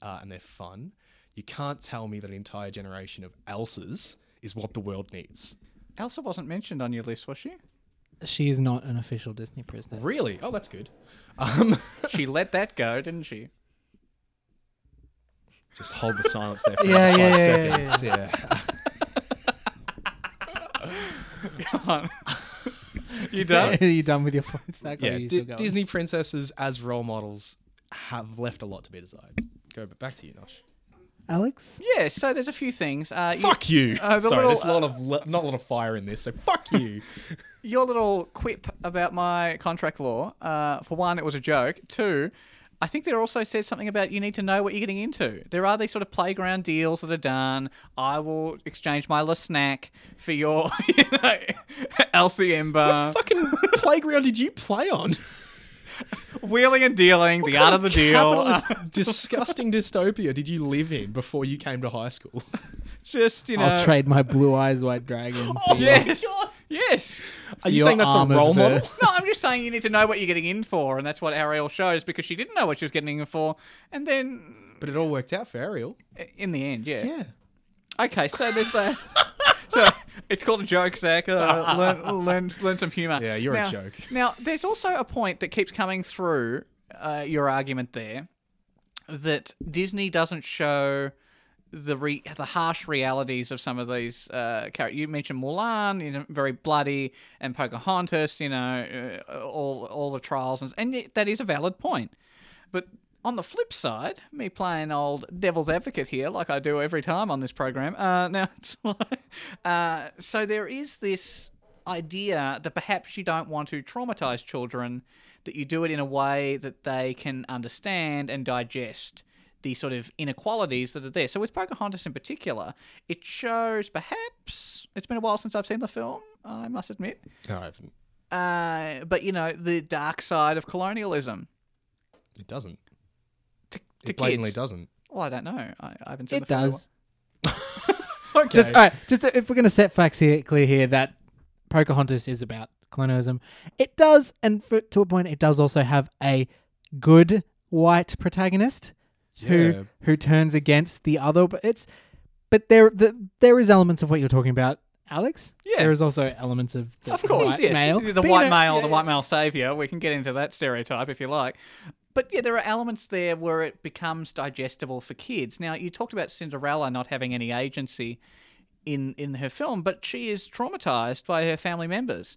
uh, and they're fun. You can't tell me that an entire generation of Elses is what the world needs. Elsa wasn't mentioned on your list, was she? She is not an official Disney princess. Really? Oh, that's good. Um, She let that go, didn't she? just hold the silence there for Yeah, five yeah, yeah, yeah, Oh, seconds. Yeah, Come on. you done? Are you done with your phone stack? or Yeah, are you Di- still going? Disney princesses as role models have left a lot to be desired. Go b- back to you, Nosh. Alex? Yeah, so there's a few things. Uh, you- Fuck you. Uh, the Sorry, little, there's a lot of le- not a lot of fire in this, so fuck you. your little quip about my contract law, uh, for one, it was a joke. Two, I think there also says something about you need to know what you're getting into. There are these sort of playground deals that are done. I will exchange my little snack for your you know, Elsie Uh, Ember. Fucking playground did you play on? Wheeling and dealing, the art of the deal. Uh, Capitalist disgusting dystopia did you live in before you came to high school? just, you know. I'll trade my blue eyes, white dragon. Oh, for your- Yes. Yes. Are you Your saying that's a arm of role the- model? No, I'm just saying you need to know what you're getting in for, and that's what Ariel shows because she didn't know what she was getting in for. And then But it all worked out for Ariel. in the end, yeah. Yeah. Okay, so there's that. so it's called a joke, Zach. Uh, learn, learn, learn some humor. Yeah, you're a Now- joke. Now, there's also a point that keeps coming through uh, your argument there that Disney doesn't show the re- the harsh realities of some of these uh, characters. You mentioned Mulan, you know, very bloody, and Pocahontas. You know, uh, all all the trials, and, and yet that is a valid point. But on the flip side, me playing old devil's advocate here, like I do every time on this program. Uh, now, it's like, uh, so there is this idea that perhaps you don't want to traumatize children, that you do it in a way that they can understand and digest the sort of inequalities that are there. So with Pocahontas in particular, it shows perhaps it's been a while since I've seen the film. I must admit, No, I haven't. uh, but you know the dark side of colonialism It doesn't. to, to It blatantly kids. doesn't. Well, I don't know. I, I haven't seen It the film. does. Okay. Just all right. Just uh, if we're gonna set facts here, clear here that Pocahontas is about colonialism. It does, and for, to a point, it does also have a good white protagonist Yeah. who who turns against the other. But it's but there the, there is elements of what you're talking about, Alex. Yeah. There is also elements of the Of course, white yes. male, The But, you white know, male, yeah, the white male savior. We can get into that stereotype if you like. But yeah, there are elements there where it becomes digestible for kids. Now, you talked about Cinderella not having any agency in in her film, but she is traumatized by her family members.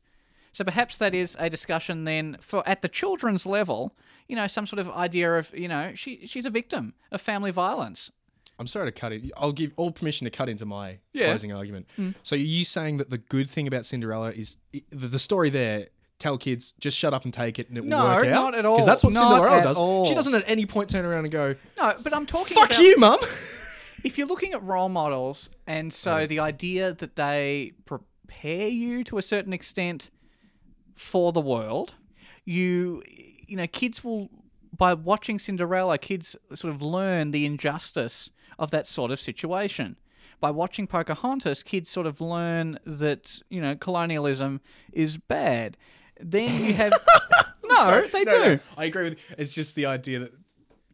So perhaps that is a discussion then for at the children's level, you know, some sort of idea of, you know, she she's a victim of family violence. I'm sorry to cut it. I'll give all permission to cut into my Yeah. Hmm. closing argument. So you saying that the good thing about Cinderella is i- the, the story there. Tell kids just shut up and take it, and it No, will work out. not at all. Because that's what Not Cinderella at does. all. She doesn't at any point turn around and go, No, but I'm talking "Fuck about- you, mum." if you're looking at role models, and so Mm. the idea that they prepare you to a certain extent for the world, you you know, kids will by watching Cinderella, kids sort of learn the injustice of that sort of situation. By watching Pocahontas, kids sort of learn that you know colonialism is bad. Then you have no, Sorry. they No, do. no, I agree with. It's just the idea that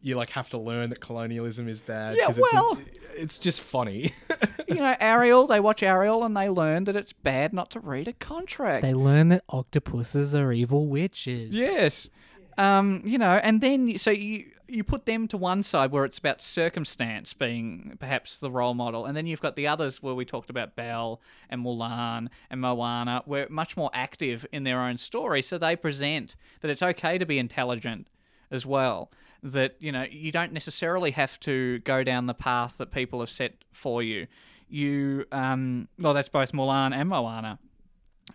you like have to learn that colonialism is bad. Yeah, 'cause well- it's, a- it's just funny. You know, Ariel. They watch Ariel and they learn that it's bad not to read a contract. They learn that octopuses are evil witches. Yes. Um, you know, and then so you you put them to one side where it's about circumstance being perhaps the role model, and then you've got the others where we talked about Belle and Mulan and Moana, were much more active in their own story, so they present that it's okay to be intelligent as well. That you know you don't necessarily have to go down the path that people have set for you. You um, well, that's both Mulan and Moana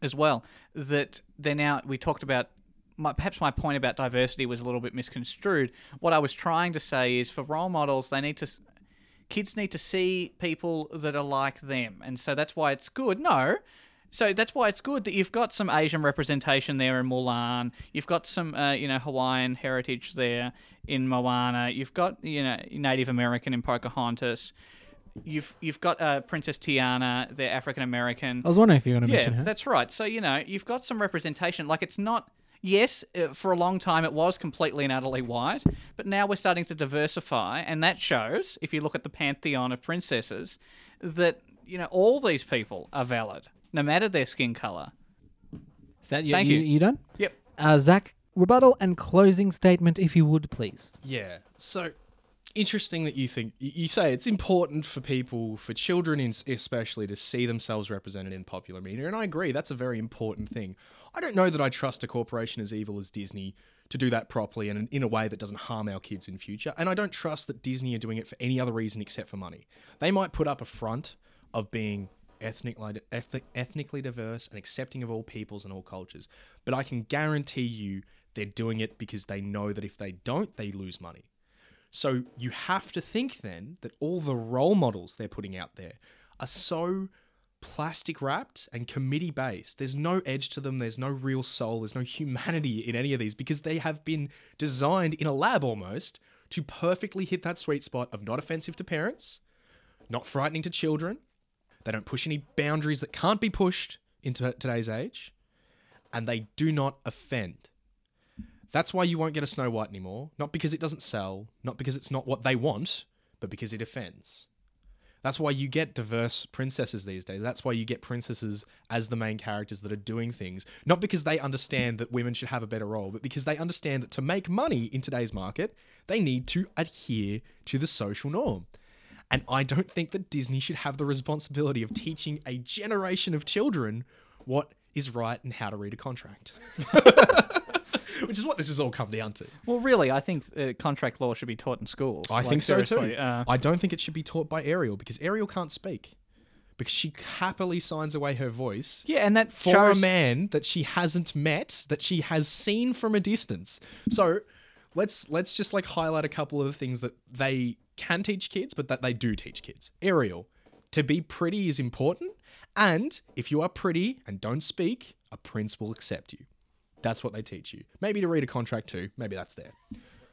as well that they're now we talked about my, perhaps my point about diversity was a little bit misconstrued what i was trying to say is for role models they need to s- kids need to see people that are like them and so that's why it's good no so that's why it's good that you've got some asian representation there in mulan you've got some uh, you know hawaiian heritage there in moana you've got you know native american in pocahontas you've you've got uh, princess tiana they're african american I was wondering if you want to yeah, mention her. that's right. So you know, you've got some representation. Like it's not. Yes, uh, for a long time it was completely and utterly white, but now we're starting to diversify, and that shows. If you look at the pantheon of princesses, that you know all these people are valid, no matter their skin color. Is that your, Thank you, you. you done? Yep. Uh, Zach, rebuttal and closing statement, if you would, please. Yeah. So interesting that you think you you say it's important for people, for children in, especially, to see themselves represented in popular media, and I agree that's a very important thing. I don't know that I trust a corporation as evil as Disney to do that properly and in a way that doesn't harm our kids in future, and I don't trust that Disney are doing it for any other reason except for money. They might put up a front of being ethnically ethnic, ethnically diverse and accepting of all peoples and all cultures. But I can guarantee you they're doing it because they know that if they don't, they lose money. So you have to think then that all the role models they're putting out there are so plastic wrapped and committee based. There's no edge to them, there's no real soul, there's no humanity in any of these because they have been designed in a lab almost to perfectly hit that sweet spot of not offensive to parents, not frightening to children. They don't push any boundaries that can't be pushed into today's age, and they do not offend. That's why you won't get a Snow White anymore. Not because it doesn't sell, not because it's not what they want, but because it offends. That's why you get diverse princesses these days. That's why you get princesses as the main characters that are doing things. Not because they understand that women should have a better role, but because they understand that to make money in today's market, they need to adhere to the social norm. And I don't think that Disney should have the responsibility of teaching a generation of children what is right and how to read a contract, which is what this has all come down to. Well, really, I think uh, contract law should be taught in schools. I Like, think so seriously, too. uh, I don't think it should be taught by Ariel because Ariel can't speak because she happily signs away her voice yeah, and that for shows a man that she hasn't met that she has seen from a distance. So let's let's just like highlight a couple of the things that they can teach kids, but that they do teach kids. Ariel, to be pretty is important, and if you are pretty and don't speak, a prince will accept you. That's what they teach you. Maybe to read a contract too. Maybe that's there.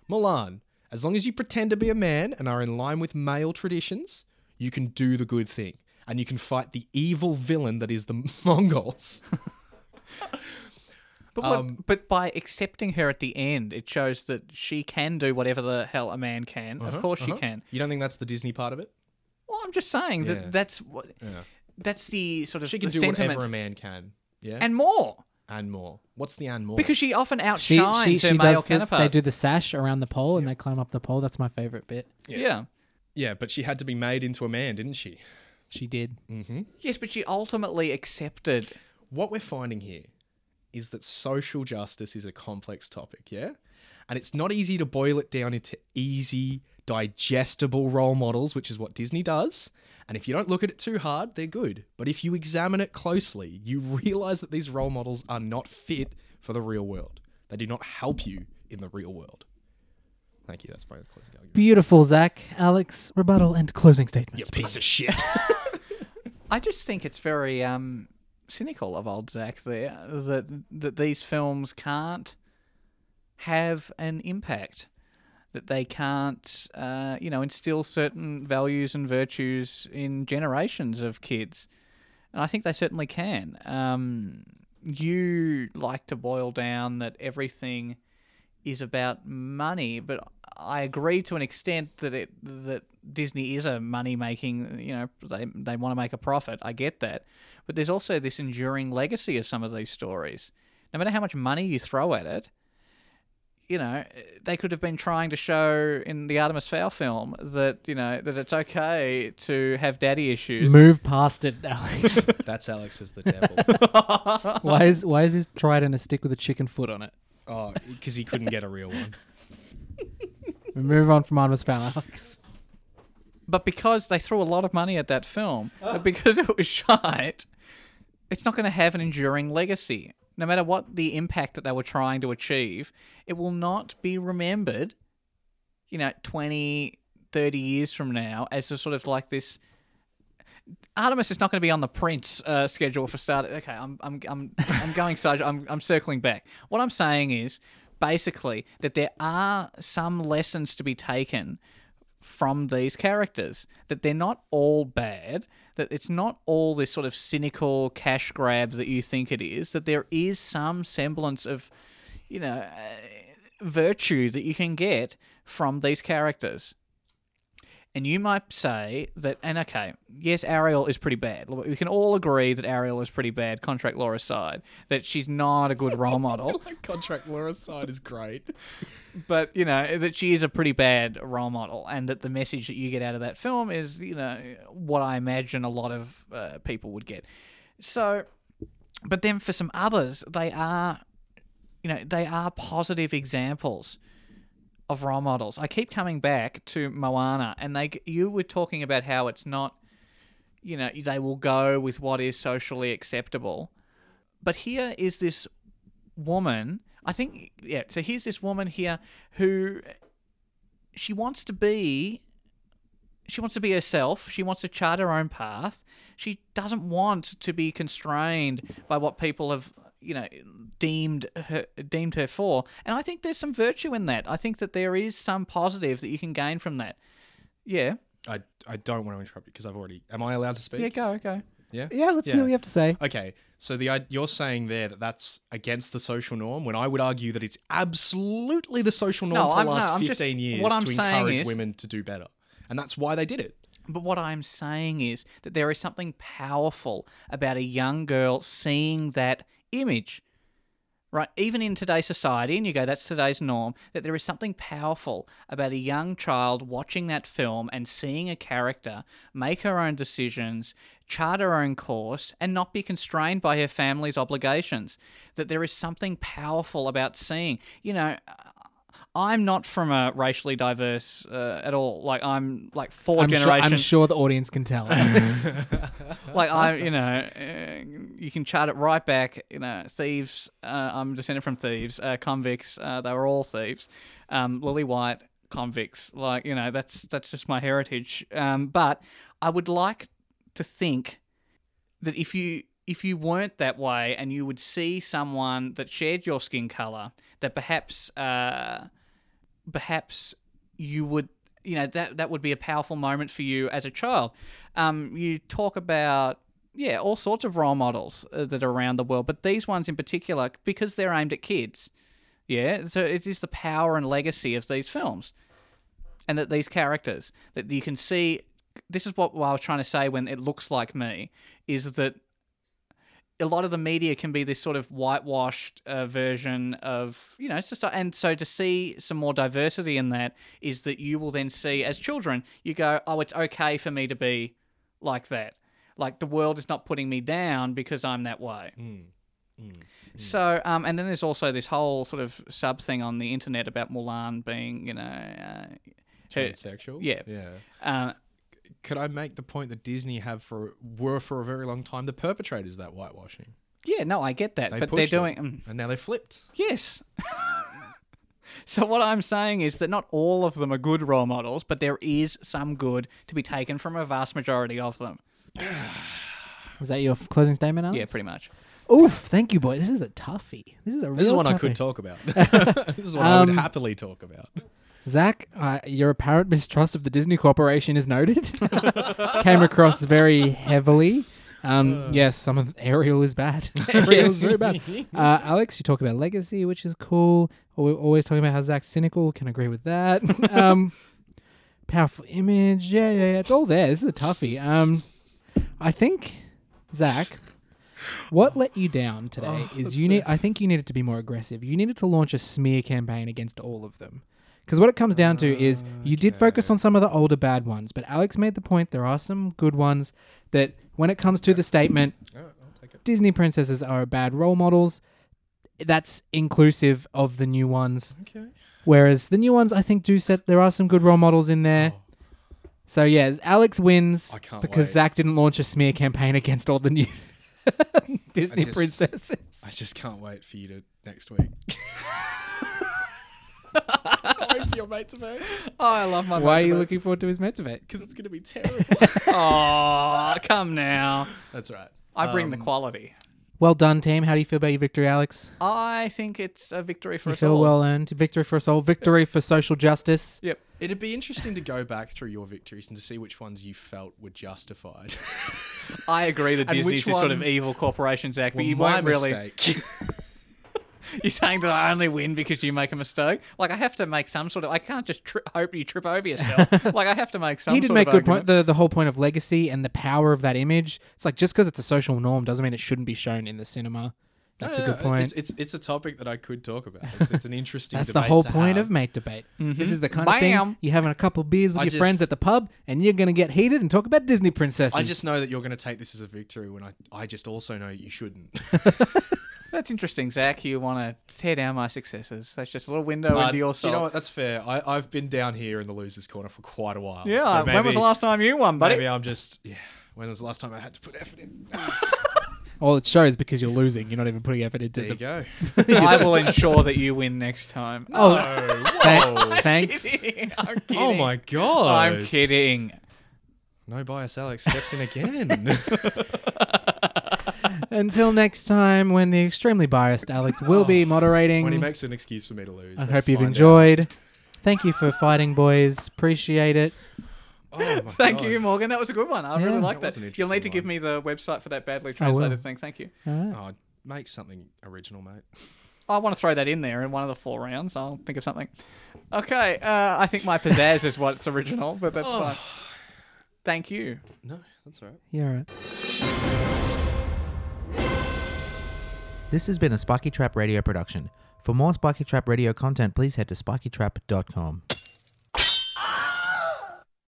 Milan, as long as you pretend to be a man and are in line with male traditions, you can do the good thing. and you can fight the evil villain that is the Mongols. But, what, Um, but by accepting her at the end, it shows that she can do whatever the hell a man can. Uh-huh, of course she can. You don't think that's the Disney part of it? Well, I'm just saying Yeah. that that's what that's the sort of She can the do sentiment whatever a man can. Yeah. And, and more more. What's the and more? because she often She, outshines she, her she male does the, counterpart. they do the sash around the pole and they climb up the pole. That's my favorite bit. yeah. yeah, but she had to be made into a man, didn't she? She did. Yes, but she ultimately accepted. what we're finding here is that social justice is a complex topic, yeah? And it's not easy to boil it down into easy, digestible role models, which is what Disney does. And if you don't look at it too hard, they're good. But if you examine it closely, you realize that these role models are not fit for the real world. They do not help you in the real world. Thank you. That's my closing argument. Beautiful, Zach. Alex, rebuttal and closing statement. You piece of shit. I just think it's very um, cynical of old Zach there that that these films can't have an impact. That they can't, uh, you know, instill certain values and virtues in generations of kids, and I think they certainly can. Um, you like to boil down that everything is about money, but I agree to an extent that it that Disney is a money making. You know, they they want to make a profit. I get that, but there's also this enduring legacy of some of these stories. No matter how much money you throw at it, you know, they could have been trying to show in the Artemis Fowl film that you know that it's okay to have daddy issues. Move past it, Alex. That's Alex as the devil. why is why is his trident a stick with a chicken foot on it? oh, because he couldn't get a real one. We move on from Artemis Fowl, Alex. but because they threw a lot of money at that film, but because it was shite, it's not going to have an enduring legacy. No matter what the impact that they were trying to achieve, it will not be remembered, you know, 20, 30 years from now as a sort of like this. Artemis is not going to be on the Prince uh, schedule for start. Okay, I'm, I'm, I'm, I'm going side. I'm, I'm circling back. What I'm saying is basically that there are some lessons to be taken from these characters that they're not all bad that it's not all this sort of cynical cash grab that you think it is that there is some semblance of you know uh, virtue that you can get from these characters and you might say that and okay yes ariel is pretty bad we can all agree that ariel is pretty bad contract law aside that she's not a good role model Contract Laura's side is great. but you know that she is a pretty bad role model, and that the message that you get out of that film is you know what I imagine a lot of uh, people would get. So, but then for some others, they are, you know, they are positive examples of role models. I keep coming back to Moana, and they you were talking about how it's not, you know, they will go with what is socially acceptable, but here is this woman. I think yeah. So here's this woman here who she wants to be. She wants to be herself. She wants to chart her own path. She doesn't want to be constrained by what people have, you know, deemed her deemed her for. And I think there's some virtue in that. I think that there is some positive that you can gain from that. Yeah. I, I don't want to interrupt you because I've already. Am I allowed to speak? Yeah. Go. Go. Yeah. Yeah, let's see Yeah. what you have to say. Okay, so the i- you're saying there that that's against the social norm, when I would argue that it's absolutely the social norm No, for I'm- the no, last I'm just- 15 years what I'm to saying encourage is- women to do better, and that's why they did it. But what I'm saying is that there is something powerful about a young girl seeing that image. Right, even in today's society, and you go, that's today's norm, that there is something powerful about a young child watching that film and seeing a character make her own decisions, chart her own course, and not be constrained by her family's obligations. That there is something powerful about seeing, you know, I'm not from a racially diverse uh, at all. Like, I'm like 4 I'm sure, generations I'm sure the audience can tell. Alex. like I, you know, uh, you can chart it right back. You know, thieves. Uh, I'm descended from thieves, uh, convicts. Uh, they were all thieves. Um, Lily White, convicts. Like you know, that's that's just my heritage. Um, but I would like to think that if you if you weren't that way and you would see someone that shared your skin color, that perhaps uh, perhaps you would you know that that would be a powerful moment for you as a child. Um, you talk about yeah all sorts of role models uh, that are around the world, but these ones in particular because they're aimed at kids. Yeah, so it is the power and legacy of these films, and that these characters that you can see. This is what, what I was trying to say when it looks like me is that a lot of the media can be this sort of whitewashed uh, version of you know it's just and so to see some more diversity in that is that you will then see as children you go oh it's okay for me to be like that like the world is not putting me down because i'm that way Hmm. so um, and then there's also this whole sort of sub thing on the internet about mulan being you know uh, her- Transsexual. yeah. Yeah. uh, Could I make the point that Disney have for were for a very long time the perpetrators of that whitewashing, yeah no i get that They but they're pushed it. doing mm. and now they flipped. Yes. so what I'm saying is that not all of them are good role models, but there is some good to be taken from a vast majority of them. Is that your f- closing statement, Alex? Yeah, pretty much. Oof, thank you, boy. This is a toughie. This is a real This is one I toughie. could talk about. this is one I would Um, happily talk about. Zach, uh, your apparent mistrust of the Disney Corporation is noted. Came across very heavily. Um, yes, some of Ariel is bad. Ariel is very bad. Uh, Alex, you talk about legacy, which is cool. Al- We're always talking about how Zach's cynical. Can agree with that. um, powerful image. Yeah, yeah, yeah. It's all there. This is a toughie. Um, I think, Zach, what let you down today is you need. I think you needed to be more aggressive. You needed to launch a smear campaign against all of them. Because what it comes down to is Ah, you did focus on some of the older bad ones, but Alex made the point there are some good ones that when it comes to the statement, Disney princesses are bad role models, that's inclusive of the new ones. Okay. Whereas the new ones, I think, do set there are some good role models in there. So yeah, Alex wins Oh. I can't because wait. Zach didn't launch a smear campaign against all the new Disney I just- princesses. I just can't wait for you to next week. wait for your mate to Oh, I love my Why are you looking forward to his motivate? because it's gonna be terrible. Oh, come now. That's right. I bring Um, the quality. Well done, team. How do you feel about your victory, Alex? I think it's a victory for You us feel all. well earned. Victory for us all. Victory for social justice. Yep. It'd be interesting to go back through your victories and to see which ones you felt were justified. I agree that And Disney's which this sort of ones evil corporations act, but Well, you my won't really. mistake. You're saying that I only win because you make a mistake? Like, I have to make some sort of. I can't just tri- hope you trip over yourself. like, I have to make some he did sort make of good point. argument. The the whole point of legacy and the power of that image. It's like just because it's a social norm doesn't mean it shouldn't be shown in the cinema. That's No, a no, good no, point. Uh, It's, it's it's a topic that I could talk about. It's, it's an interesting. That's the debate whole to point have. of Mm-hmm. mate debate. This is the kind of Bam. thing you're having a couple beers with I your friends just- at the pub, and you're gonna get heated and talk about Disney princesses. I just know that you're going to take this as a victory when I, I just also know you shouldn't. That's interesting, Zach. You want to tear down my successes. That's just a little window But into your soul. You know what? That's fair. I, I've been down here in the losers' corner for quite a while. yeah, So when was maybe- the last time you won, buddy? Maybe I'm just. Yeah. When was the last time I had to put effort in? all it shows because you're losing. You're not even putting effort into There you the. go. I will ensure that you win next time. Oh, Thank- thanks. I'm kidding. oh my god! I'm kidding. No bias, Alex steps in again. Until next time, when the extremely biased Alex will be moderating. when he makes an excuse for me to lose. I let's hope you've find out. enjoyed. Thank you for fighting, boys. Appreciate it. Oh my Thank God. you, Morgan. That was a good one. I Yeah. really like That that. was an You'll need to interesting give one. me the website for that I badly will. translated thing. Thank you. All right. Oh, make something original, mate. I want to throw that in there in one of the four rounds. I'll think of something. Okay, uh, I think my pizzazz is what's original, but that's fine. Thank you. No, that's all right. Yeah, all right. This has been a Spiky Trap Radio production. For more Spiky Trap Radio content, please head to spikytrap.com.